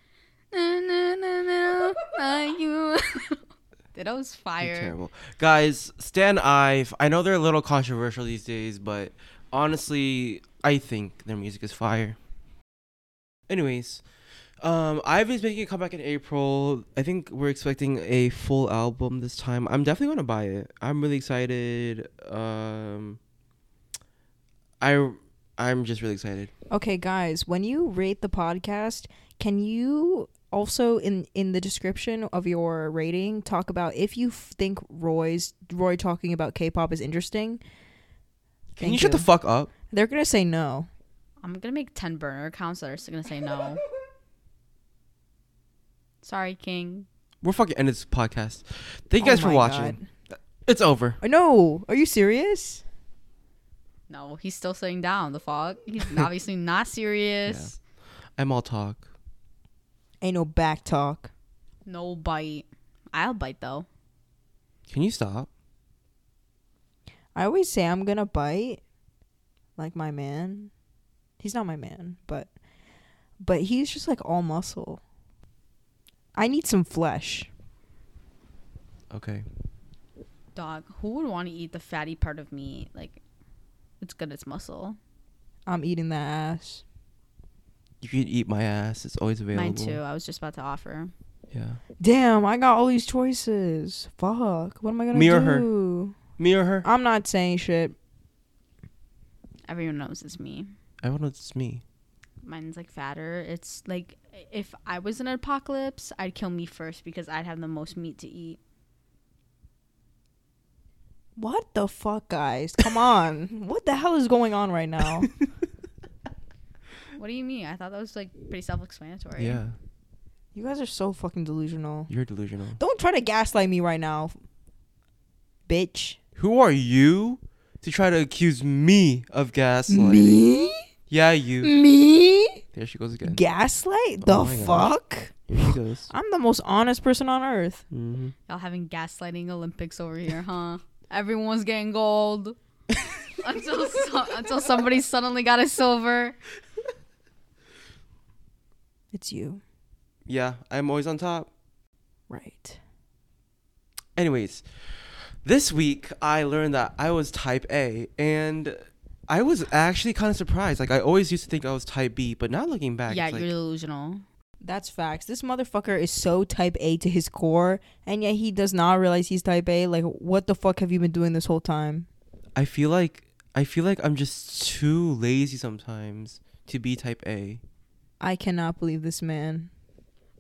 Speaker 1: Na, na, na, na, na, you. that was
Speaker 3: They're
Speaker 1: fire.
Speaker 3: Terrible guys. Stan Ive. I know they're a little controversial these days, but honestly, I think their music is fire. Anyways, um, Ive is making a comeback in April. I think we're expecting a full album this time. I'm definitely gonna buy it. I'm really excited. Um, I I'm just really excited.
Speaker 2: Okay, guys, when you rate the podcast, can you also in in the description of your rating talk about if you f- think Roy's Roy talking about K-pop is interesting?
Speaker 3: Can
Speaker 2: Thank
Speaker 3: you shut the fuck up?
Speaker 2: They're gonna say no.
Speaker 1: I'm gonna make ten burner accounts that are still gonna say no. Sorry, King.
Speaker 3: We're fucking end this podcast. Thank you
Speaker 2: Oh
Speaker 3: guys for
Speaker 2: my
Speaker 3: watching. It's over.
Speaker 2: God. No, are you serious?
Speaker 1: No, he's still sitting down. The fuck? He's obviously not serious.
Speaker 3: I'm all talk.
Speaker 2: Ain't no back talk.
Speaker 1: No bite. I'll bite though.
Speaker 3: Can you stop?
Speaker 2: I always say I'm gonna bite, like my man. He's not my man, but but he's just like all muscle. I need some flesh.
Speaker 3: Okay.
Speaker 1: Dog, who would want to eat the fatty part of me? Like, it's good. It's muscle.
Speaker 2: I'm eating that ass.
Speaker 3: You can eat my ass. It's always available.
Speaker 1: Mine too. I was just about to offer.
Speaker 3: Yeah.
Speaker 2: Damn, I got all these choices. Fuck. What am I gonna
Speaker 3: Me or her?
Speaker 2: do?
Speaker 3: Me or her?
Speaker 2: I'm not saying shit.
Speaker 1: Everyone knows it's me.
Speaker 3: Everyone knows it's me.
Speaker 1: Mine's like fatter. It's like if I was in an apocalypse, I'd kill me first because I'd have the most meat to eat.
Speaker 2: What the fuck, guys? Come on. What the hell is going on right now?
Speaker 1: What do you mean? I thought that was like pretty self-explanatory.
Speaker 3: Yeah.
Speaker 2: you guys are so fucking delusional.
Speaker 3: You're delusional.
Speaker 2: Don't try to gaslight me right now, bitch.
Speaker 3: Who are you to try to accuse me of gaslighting? Yeah, you.
Speaker 1: Mm.
Speaker 2: Me?
Speaker 3: There she goes again.
Speaker 2: Gaslight? The
Speaker 3: Oh my gosh.
Speaker 2: fuck?
Speaker 3: Here she goes.
Speaker 2: I'm the most honest person on earth.
Speaker 3: hmm
Speaker 1: Y'all having gaslighting Olympics over here, huh? Everyone's getting gold until so- until somebody suddenly got a silver.
Speaker 2: It's you.
Speaker 3: Yeah, I'm always on top.
Speaker 2: Right.
Speaker 3: Anyways, this week I learned that I was type A and I was actually kind of surprised. Like I always used to think I was type B, but now looking back,
Speaker 1: yeah,
Speaker 3: it's like,
Speaker 1: you're delusional.
Speaker 2: That's facts. This motherfucker is so type A to his core, and yet he does not realize he's type A. Like, what the fuck have you been doing this whole time?
Speaker 3: I feel like I feel like I'm just too lazy sometimes to be type A.
Speaker 2: I cannot believe this man.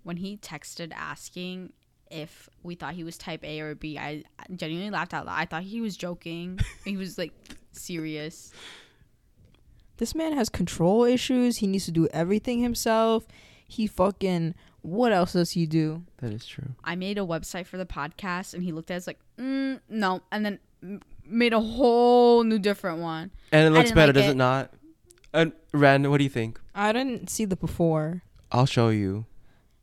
Speaker 1: when he texted asking if we thought he was type A or B, I genuinely laughed out loud. I thought he was joking. he was like serious.
Speaker 2: This man has control issues. He needs to do everything himself. He fucking. What else does he do?
Speaker 3: That is true.
Speaker 1: I made a website for the podcast, and he looked at it like, mm, no, and then m- made a whole new different one.
Speaker 3: And it looks
Speaker 1: didn't
Speaker 3: better,
Speaker 1: like
Speaker 3: does
Speaker 1: it.
Speaker 3: it, not? And Ren, what do you think?
Speaker 2: I didn't see the before.
Speaker 3: I'll show you.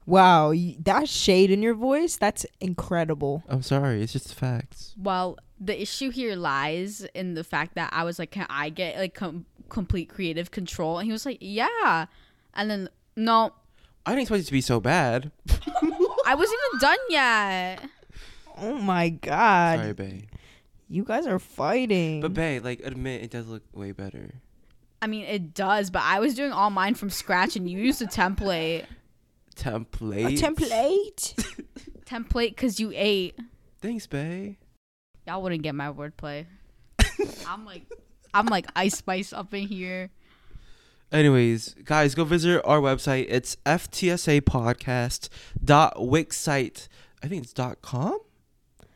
Speaker 2: Wow, y- that shade in your voice, that's incredible.
Speaker 3: I'm sorry, it's just facts.
Speaker 1: Well, the issue here lies in the fact that I was like, can I get like com- complete creative control? And he was like, yeah. And then no,
Speaker 3: I didn't expect it to be so bad.
Speaker 1: I wasn't even done yet.
Speaker 2: Oh my god.
Speaker 3: sorry, Bay.
Speaker 2: You guys are fighting.
Speaker 3: But Bay, like, admit it does look way better.
Speaker 1: I mean, it does, but I was doing all mine from scratch, and you used a template.
Speaker 2: a
Speaker 3: Template.
Speaker 2: template?
Speaker 1: template because you ate.
Speaker 3: Thanks, Bay.
Speaker 1: Y'all wouldn't get my wordplay. I'm like, I'm like Ice Spice up in here.
Speaker 3: Anyways, guys, go visit our website. It's ftsapodcast.wixsite. I think it's dot .com.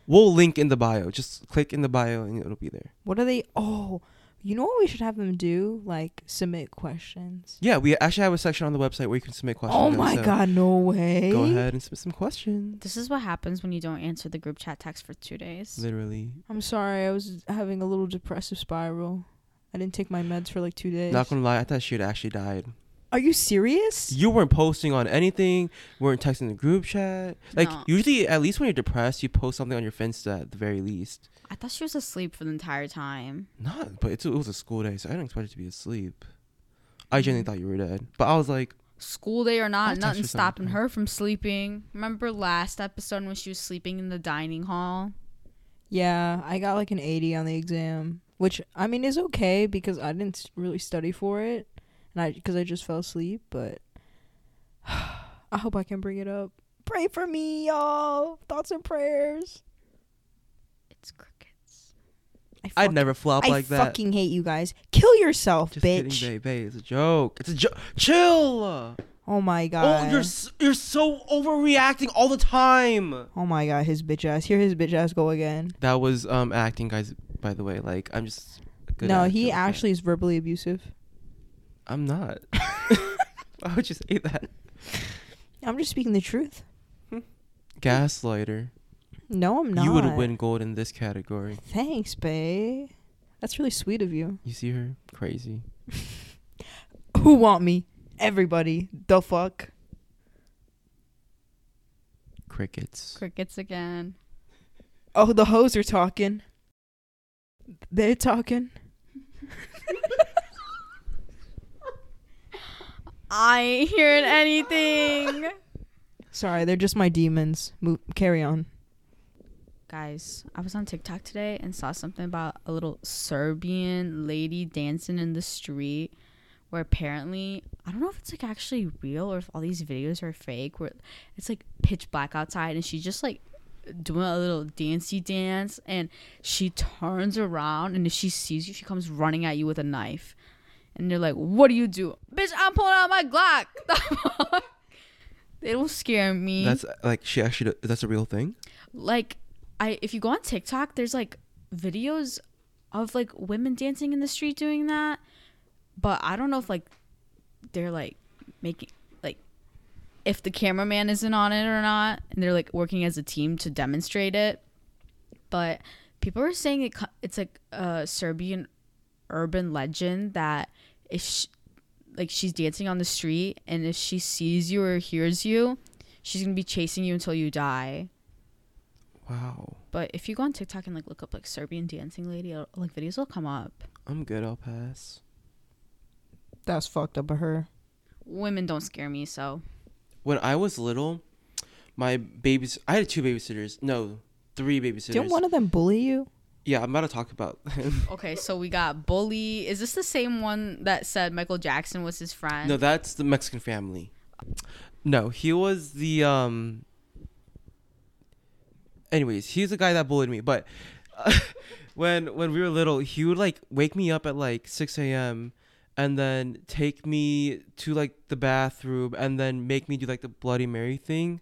Speaker 3: We'll link in the bio. Just click in the bio and it'll be there.
Speaker 2: what are they? Oh, you know what we should have them do? Like submit questions.
Speaker 3: Yeah, we actually have a section on the website where you can submit questions.
Speaker 2: Oh my
Speaker 3: so
Speaker 2: god, no way.
Speaker 3: Go ahead and submit some questions.
Speaker 1: This is what happens when you don't answer the group chat text for two days.
Speaker 3: Literally.
Speaker 2: I'm sorry, I was having a little depressive spiral. I didn't take my meds for like two days.
Speaker 3: Not gonna lie, I thought she had actually died.
Speaker 2: Are you serious?
Speaker 3: You weren't posting on anything, weren't texting the group chat. Like
Speaker 1: No.
Speaker 3: usually at least when you're depressed, you post something on your Finsta at the very least.
Speaker 1: I thought she was asleep for the entire time.
Speaker 3: Not but it's, it was a school day, so I didn't expect it to be asleep. I genuinely
Speaker 2: Mm.
Speaker 3: thought you were dead. But I was like,
Speaker 1: School day or
Speaker 3: I
Speaker 1: not,
Speaker 3: thought she
Speaker 1: nothing
Speaker 3: was on the
Speaker 1: stopping
Speaker 3: phone.
Speaker 1: her from sleeping. Remember last episode when she was sleeping in the dining hall?
Speaker 2: Yeah, I got like an 80 on the exam, which I mean is okay because I didn't s- really study for it, and I because I just fell asleep. But I hope I can bring it up. Pray for me, y'all. Thoughts and prayers.
Speaker 1: It's crickets.
Speaker 2: I
Speaker 3: I'd
Speaker 2: fuck-
Speaker 3: never flop
Speaker 2: I
Speaker 3: like that.
Speaker 2: fucking hate you guys. Kill yourself,
Speaker 3: Just
Speaker 2: bitch.
Speaker 3: kidding, babe, babe. It's a joke. It's a joke. Chill.
Speaker 2: Oh my
Speaker 3: Oh,
Speaker 2: god.
Speaker 3: you're s- you're so overreacting all the time.
Speaker 2: oh my god, his bitch ass. Hear his bitch ass go again.
Speaker 3: That was um acting, guys. By the way, like I'm just. a Good
Speaker 2: no,
Speaker 3: actor
Speaker 2: he
Speaker 3: like that.
Speaker 2: actually is verbally abusive.
Speaker 3: I'm not. Why would you say that?
Speaker 2: I'm just speaking the truth.
Speaker 3: Gaslighter.
Speaker 2: No, I'm not.
Speaker 3: You would win gold in this category.
Speaker 2: Thanks, babe. That's really sweet of you.
Speaker 3: You see her? Crazy.
Speaker 2: Who want me? Everybody. The fuck?
Speaker 3: Crickets.
Speaker 1: Crickets again.
Speaker 2: Oh, the hoes are talking. They're talking.
Speaker 1: I ain't hearing anything.
Speaker 2: Sorry, they're just my demons. Move, carry on.
Speaker 1: Guys, I was on TikTok today and saw something about a little Serbian lady dancing in the street where apparently, I don't know if it's like actually real or if all these videos are fake, where it's like pitch black outside and she's just like doing a little dancey dance and she turns around and if she sees you, she comes running at you with a knife. And they're like, What do you do? Bitch, I'm pulling out my Glock. The fuck? they don't scare me
Speaker 3: That's uh, like she actually. d- That's a real thing.
Speaker 1: like I if you go on TikTok, there's like videos of like women dancing in the street doing that, but I don't know if like they're like making like if the cameraman isn't on it or not, and they're like working as a team to demonstrate it. But people are saying it, co- it's like a Serbian urban legend that if sh like she's dancing on the street and if she sees you or hears you, she's gonna be chasing you until you die.
Speaker 3: Wow.
Speaker 1: But if you go on TikTok and like look up like Serbian dancing lady, uh, like videos will come up.
Speaker 3: I'm good. I'll pass.
Speaker 2: That's fucked up of her.
Speaker 1: Women don't scare me, so
Speaker 3: When I was little, my babies. I had two babysitters. No, three babysitters.
Speaker 2: Didn't one of them bully you?
Speaker 3: Yeah, I'm about to talk about him.
Speaker 1: okay. So we got bully. Is this the same one that said Michael Jackson was his friend?
Speaker 3: No, that's the Mexican family. No, he was the um. Anyways, he's the guy that bullied me. But uh, when when we were little, he would like wake me up at like six a.m. and then take me to like the bathroom and then make me do like the bloody mary thing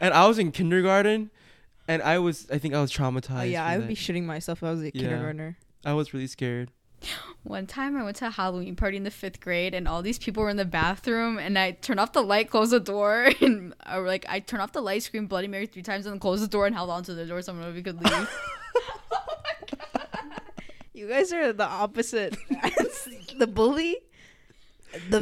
Speaker 3: and i was in kindergarten and i was i think i was traumatized
Speaker 2: Oh yeah,
Speaker 3: from
Speaker 2: I would
Speaker 3: that.
Speaker 2: be shitting myself if I was a
Speaker 3: Yeah.
Speaker 2: kindergartner.
Speaker 3: i was really scared
Speaker 1: One time I went to a Halloween party in the fifth grade and all these people were in the bathroom and I turned off the light, closed the door, and I were like I turned off the light, screamed Bloody Mary three times, and then closed the door and held onto the door so nobody could leave.
Speaker 2: Oh You guys are the opposite. the bully, the,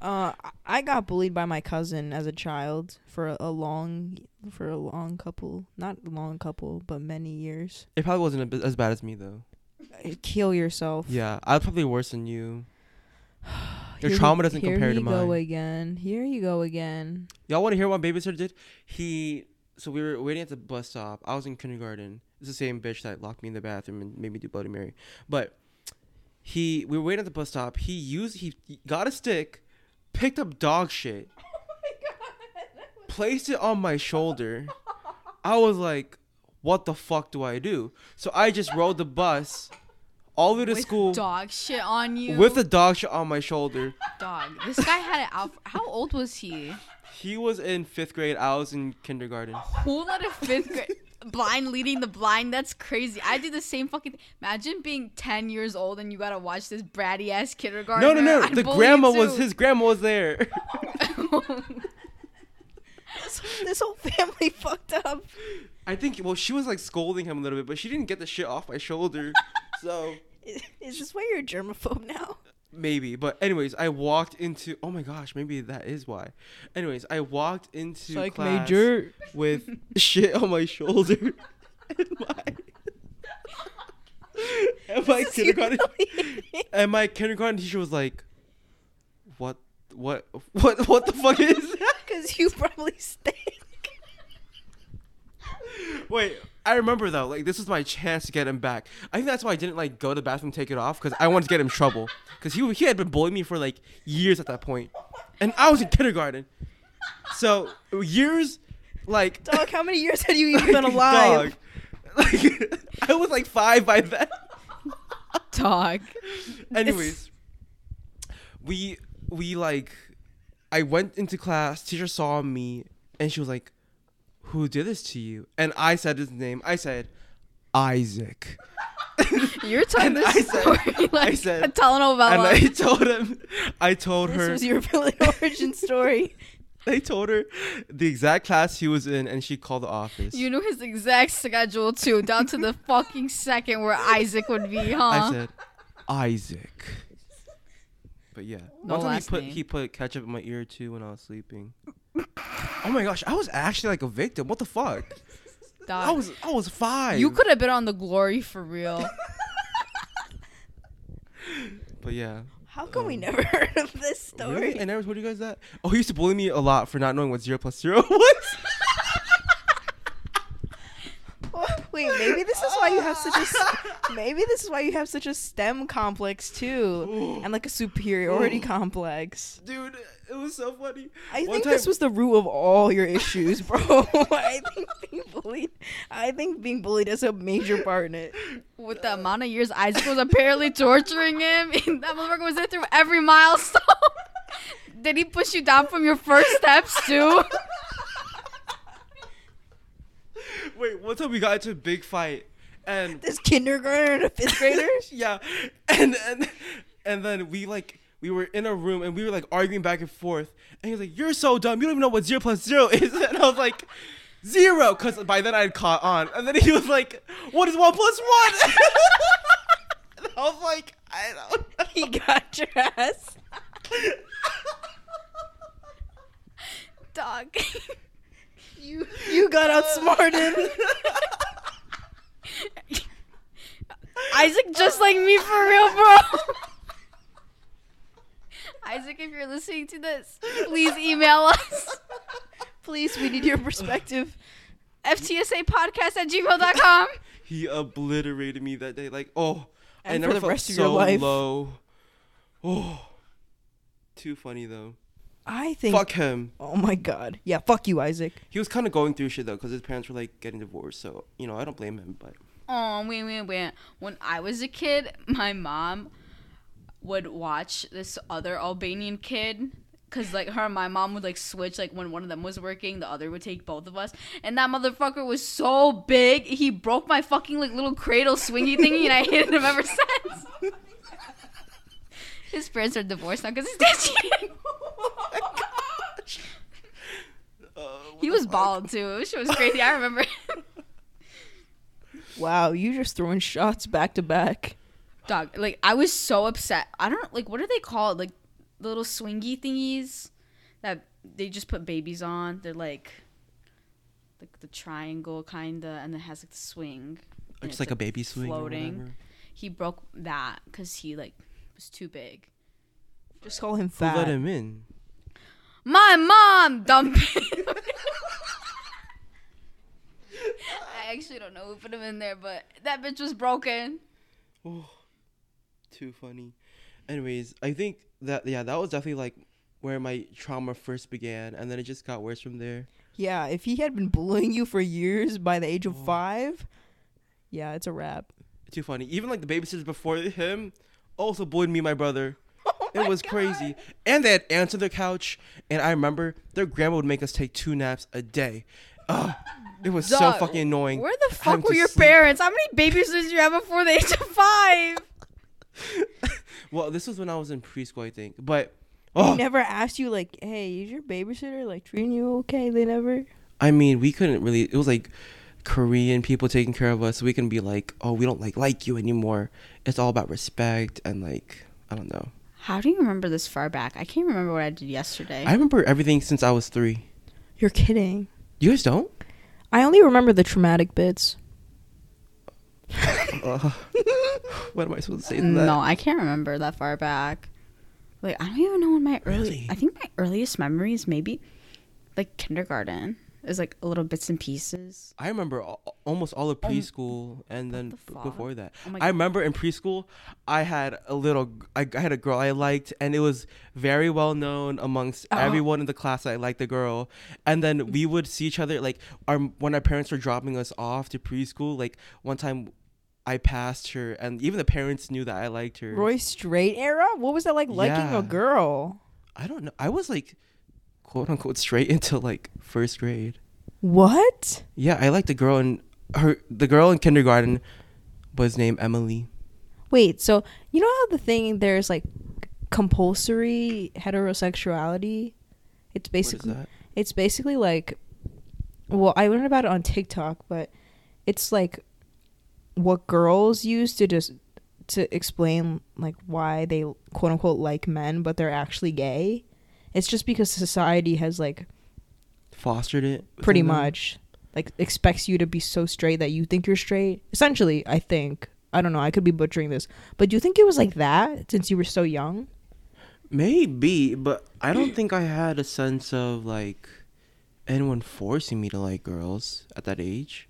Speaker 2: Uh, I- I got bullied by my cousin as a child for a, a long, for a long couple, not long couple, but many years.
Speaker 3: it probably wasn't a bit- as bad as me though
Speaker 2: Uh, Kill yourself.
Speaker 3: yeah i was probably worse than you your
Speaker 2: Here we-
Speaker 3: trauma doesn't compare to
Speaker 2: Here you
Speaker 3: mine
Speaker 2: go again. Here you go again.
Speaker 3: Y'all want to hear what babysitter did? He so we were waiting at the bus stop. I was in kindergarten. It's the same bitch that locked me in the bathroom and made me do Bloody Mary. But he we were waiting at the bus stop. He used he got a stick, picked up dog shit, placed it on my shoulder. I was like, "What the fuck do I do?" So I just rode the bus all the way to
Speaker 1: With
Speaker 3: school
Speaker 1: dog shit on you.
Speaker 3: with the dog shit on my shoulder.
Speaker 1: dog. This guy had it out. For, how old was he?
Speaker 3: He was in fifth grade. I was in kindergarten.
Speaker 1: Who let a fifth grade blind leading the blind? That's crazy. I do the same fucking. Imagine being ten years old and you gotta watch this bratty ass kindergarten.
Speaker 3: No, no, no. The grandma was his grandma was there.
Speaker 2: this whole family fucked up.
Speaker 3: I think. Well, she was like scolding him a little bit, but she didn't get the shit off my shoulder. so
Speaker 2: Is this why you're a germaphobe now?
Speaker 3: maybe. But anyways, I walked into. Oh my gosh, maybe that is why. Anyways, I walked into class with shit on my shoulder. and my, and my kindergarten and my kindergarten teacher was like, "What? What? What? What the fuck is?" that?"
Speaker 2: Because you probably stink.
Speaker 3: Wait, I remember though. Like this was my chance to get him back. I think that's why I didn't like go to the bathroom, take it off, because I wanted to get him in trouble. Because he he had been bullying me for like years at that point, and I was in kindergarten. So years, like
Speaker 2: Dog, how many years had you
Speaker 3: like,
Speaker 2: even been alive?
Speaker 3: dog. Like I was like five by then.
Speaker 1: dog.
Speaker 3: Anyways, we we like I went into class, teacher saw me and she was like, "Who did this to you?" And I said his name. I said, "Isaac."
Speaker 1: You're telling
Speaker 3: And
Speaker 1: this
Speaker 3: I said-
Speaker 1: story like
Speaker 3: I said-
Speaker 1: a telenovela.
Speaker 3: and I told him I told
Speaker 2: This
Speaker 3: her
Speaker 2: was your villain origin story.
Speaker 3: I told her the exact class he was in and she called the office.
Speaker 1: you knew his exact schedule too, down to the fucking second where Isaac would be, huh?
Speaker 3: I said, "Isaac." But yeah, one time he
Speaker 1: last
Speaker 3: put
Speaker 1: name.
Speaker 3: he put ketchup in my ear too when I was sleeping. oh my gosh, I was actually like a victim. What the fuck?
Speaker 1: Dog.
Speaker 3: I was I was five.
Speaker 1: you could have been on the glory for real.
Speaker 3: But yeah.
Speaker 2: How come we never heard of this story?
Speaker 3: Um, Really? I never told you guys that. Oh, he used to bully me a lot for not knowing what zero plus zero was.
Speaker 2: Wait, maybe this is why you have such a s- maybe this is why you have such a STEM complex too, and like a superiority complex.
Speaker 3: Dude, it was so funny.
Speaker 2: I
Speaker 3: One
Speaker 2: think
Speaker 3: time-
Speaker 2: this was the root of all your issues, bro. I think being bullied, I think being bullied is a major part in it.
Speaker 1: With the amount of years Isaac was apparently torturing him, and that motherfucker was there through every milestone. Did he push you down from your first steps too?
Speaker 3: Wait, one time we got into a big fight and
Speaker 2: This kindergartner and a fifth grader.
Speaker 3: yeah. And and and then we like we were in a room and we were like arguing back and forth. And he was like, You're so dumb, you don't even know what zero plus zero is. And I was like, Zero, because by then I had caught on. And then he was like, What is one plus one? And I was like, I don't know.
Speaker 2: he got your ass.
Speaker 1: Dog. you
Speaker 2: You got
Speaker 3: Uh.
Speaker 2: outsmarted.
Speaker 1: Isaac just like me for real, bro. Isaac, if you're listening to this, please email us.
Speaker 2: Please, we need your perspective.
Speaker 1: FTSApodcast at gmail.com.
Speaker 3: He obliterated me that day. Like, oh, I
Speaker 2: And for
Speaker 3: never
Speaker 2: the
Speaker 3: felt
Speaker 2: rest of
Speaker 3: so
Speaker 2: your life.
Speaker 3: low. Oh, too funny though.
Speaker 2: I think.
Speaker 3: Fuck him.
Speaker 2: Oh my god. Yeah, fuck you, Isaac.
Speaker 3: He was kind of going through shit though, because his parents were like getting divorced. So you know, I don't blame him. But
Speaker 1: oh, wait, wait, wait. When I was a kid, my mom would watch this other Albanian kid. Cause like her and my mom would like switch like when one of them was working, the other would take both of us. And that motherfucker was so big, he broke my fucking like little cradle swingy thingy, and I hated him ever since. His parents are divorced now because he's dead cheating. He was bald too. It was, it was crazy. I remember.
Speaker 2: Wow, you just throwing shots back to back.
Speaker 1: Dog, like I was so upset. I don't like what are they called? Like the little swingy thingies that they just put babies on. They're like like the triangle kinda, and it has like the swing. and
Speaker 3: Just
Speaker 1: it's,
Speaker 3: like a baby swing.
Speaker 1: floating.
Speaker 3: Floating.
Speaker 1: he broke that because he like was too big.
Speaker 2: Just call him
Speaker 3: Who
Speaker 2: fat.
Speaker 3: let him in?
Speaker 1: My mom dumped him. I actually don't know who put him in there, but that bitch was broken.
Speaker 3: Oh, too funny. Anyways, I think that yeah, that was definitely like where my trauma first began, and then it just got worse from there.
Speaker 2: Yeah, if he had been bullying you for years by the age
Speaker 3: Oh.
Speaker 2: of five, yeah, it's a wrap.
Speaker 3: Too funny. Even like the babysitters before him also bullied me, and my brother. it was crazy. And they had ants on their couch, and I remember their grandma would make us take two naps a day. Ugh, it was so
Speaker 1: Dog,
Speaker 3: fucking annoying.
Speaker 1: Where the
Speaker 3: Having
Speaker 1: fuck were
Speaker 3: to
Speaker 1: your
Speaker 3: sleep-
Speaker 1: parents? How many babies did you have before the age of five?
Speaker 3: Well, this was when I was in preschool, I think. But oh,
Speaker 2: He never asked you like, "Hey, is your babysitter like treating you okay?" They never.
Speaker 3: I mean, we couldn't really. It was like Korean people taking care of us. We can be like, oh, we don't like like you anymore. It's all about respect and like I don't know.
Speaker 1: How do you remember this far back? I can't remember what I did yesterday.
Speaker 3: I remember everything since I was three.
Speaker 2: You're kidding.
Speaker 3: You guys don't?
Speaker 2: I only remember the traumatic bits.
Speaker 3: Ugh. what am I supposed to say to that?
Speaker 1: no, I can't remember that far back. Like I don't even know when my early.
Speaker 3: Really?
Speaker 1: I think my earliest memory is maybe like kindergarten. Is like little bits and pieces.
Speaker 3: I remember al- almost all of preschool and then
Speaker 1: Um, the
Speaker 3: b-
Speaker 1: fuck?
Speaker 3: before that.
Speaker 1: Oh my
Speaker 3: I remember in preschool, I had a little, g- I, I had a girl I liked, and it was very well known amongst
Speaker 2: Uh-huh.
Speaker 3: everyone in the class that I liked the girl. And then we would see each other, like, our, when our parents were dropping us off to preschool, like, one time I passed her, and even the parents knew that I liked her.
Speaker 2: Roy Straight era. What was that like liking
Speaker 3: Yeah.
Speaker 2: a girl?
Speaker 3: I don't know. I was, like, quote unquote, straight into, like, first grade.
Speaker 2: What?
Speaker 3: Yeah, I liked the girl in her. The girl in kindergarten was named Emily.
Speaker 2: Wait. So you know how the thing there's like compulsory heterosexuality.
Speaker 3: What
Speaker 2: It's
Speaker 3: is
Speaker 2: basically
Speaker 3: that?
Speaker 2: it's basically like well i learned about it on tiktok but it's like what girls use to just to explain like why they quote unquote like men but they're actually gay it's just because society has like
Speaker 3: Fostered it. within
Speaker 2: pretty
Speaker 3: them?
Speaker 2: much like expects you to be so straight that you think you're straight essentially i think i don't know i could be butchering this but do you think it was like that since you were so young
Speaker 3: Maybe, but I don't think I had a sense of like anyone forcing me to like girls at that age.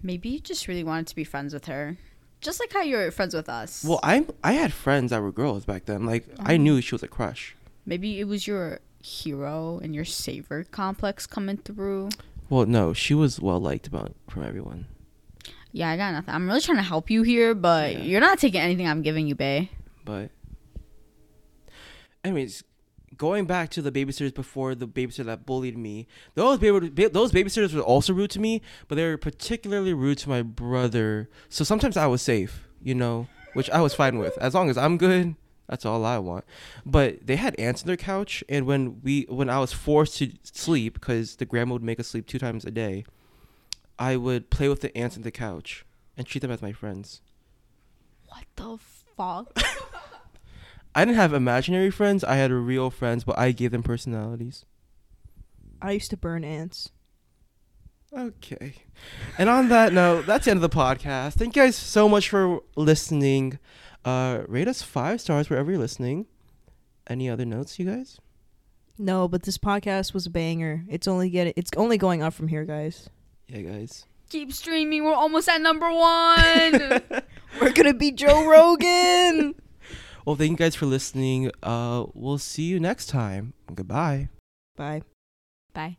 Speaker 1: Maybe you just really wanted to be friends with her, just like how you were friends with us.
Speaker 3: Well, I I had friends that were girls back then. Like I knew she was a crush.
Speaker 1: maybe it was your hero and your savior complex coming through.
Speaker 3: Well, no, she was well liked about from everyone.
Speaker 1: Yeah, I got nothing. I'm really trying to help you here, but
Speaker 3: Yeah.
Speaker 1: you're not taking anything I'm giving you, bae.
Speaker 3: But anyways, going back to the babysitters before the babysitter that bullied me, those baby ba- those babysitters were also rude to me, but they were particularly rude to my brother. So sometimes I was safe, you know, which I was fine with. As long as I'm good, that's all I want. But they had ants on their couch, and when we when I was forced to sleep because the grandma would make us sleep two times a day, I would play with the ants on the couch and treat them as my friends.
Speaker 1: What the fuck?
Speaker 3: I didn't have imaginary friends. I had real friends, but I gave them personalities.
Speaker 2: i used to burn ants
Speaker 3: Okay. And on that note, that's the end of the podcast. Thank you guys so much for listening. Uh, rate us five stars wherever you're listening. Any other notes, you guys?
Speaker 2: no but this podcast was a banger it's only get it's only going up from here guys
Speaker 3: Yeah, guys.
Speaker 1: Keep streaming. We're almost at number one.
Speaker 2: We're gonna be Joe Rogan.
Speaker 3: Well, thank you guys for listening. Uh, we'll see you next time. Goodbye.
Speaker 2: Bye.
Speaker 1: Bye.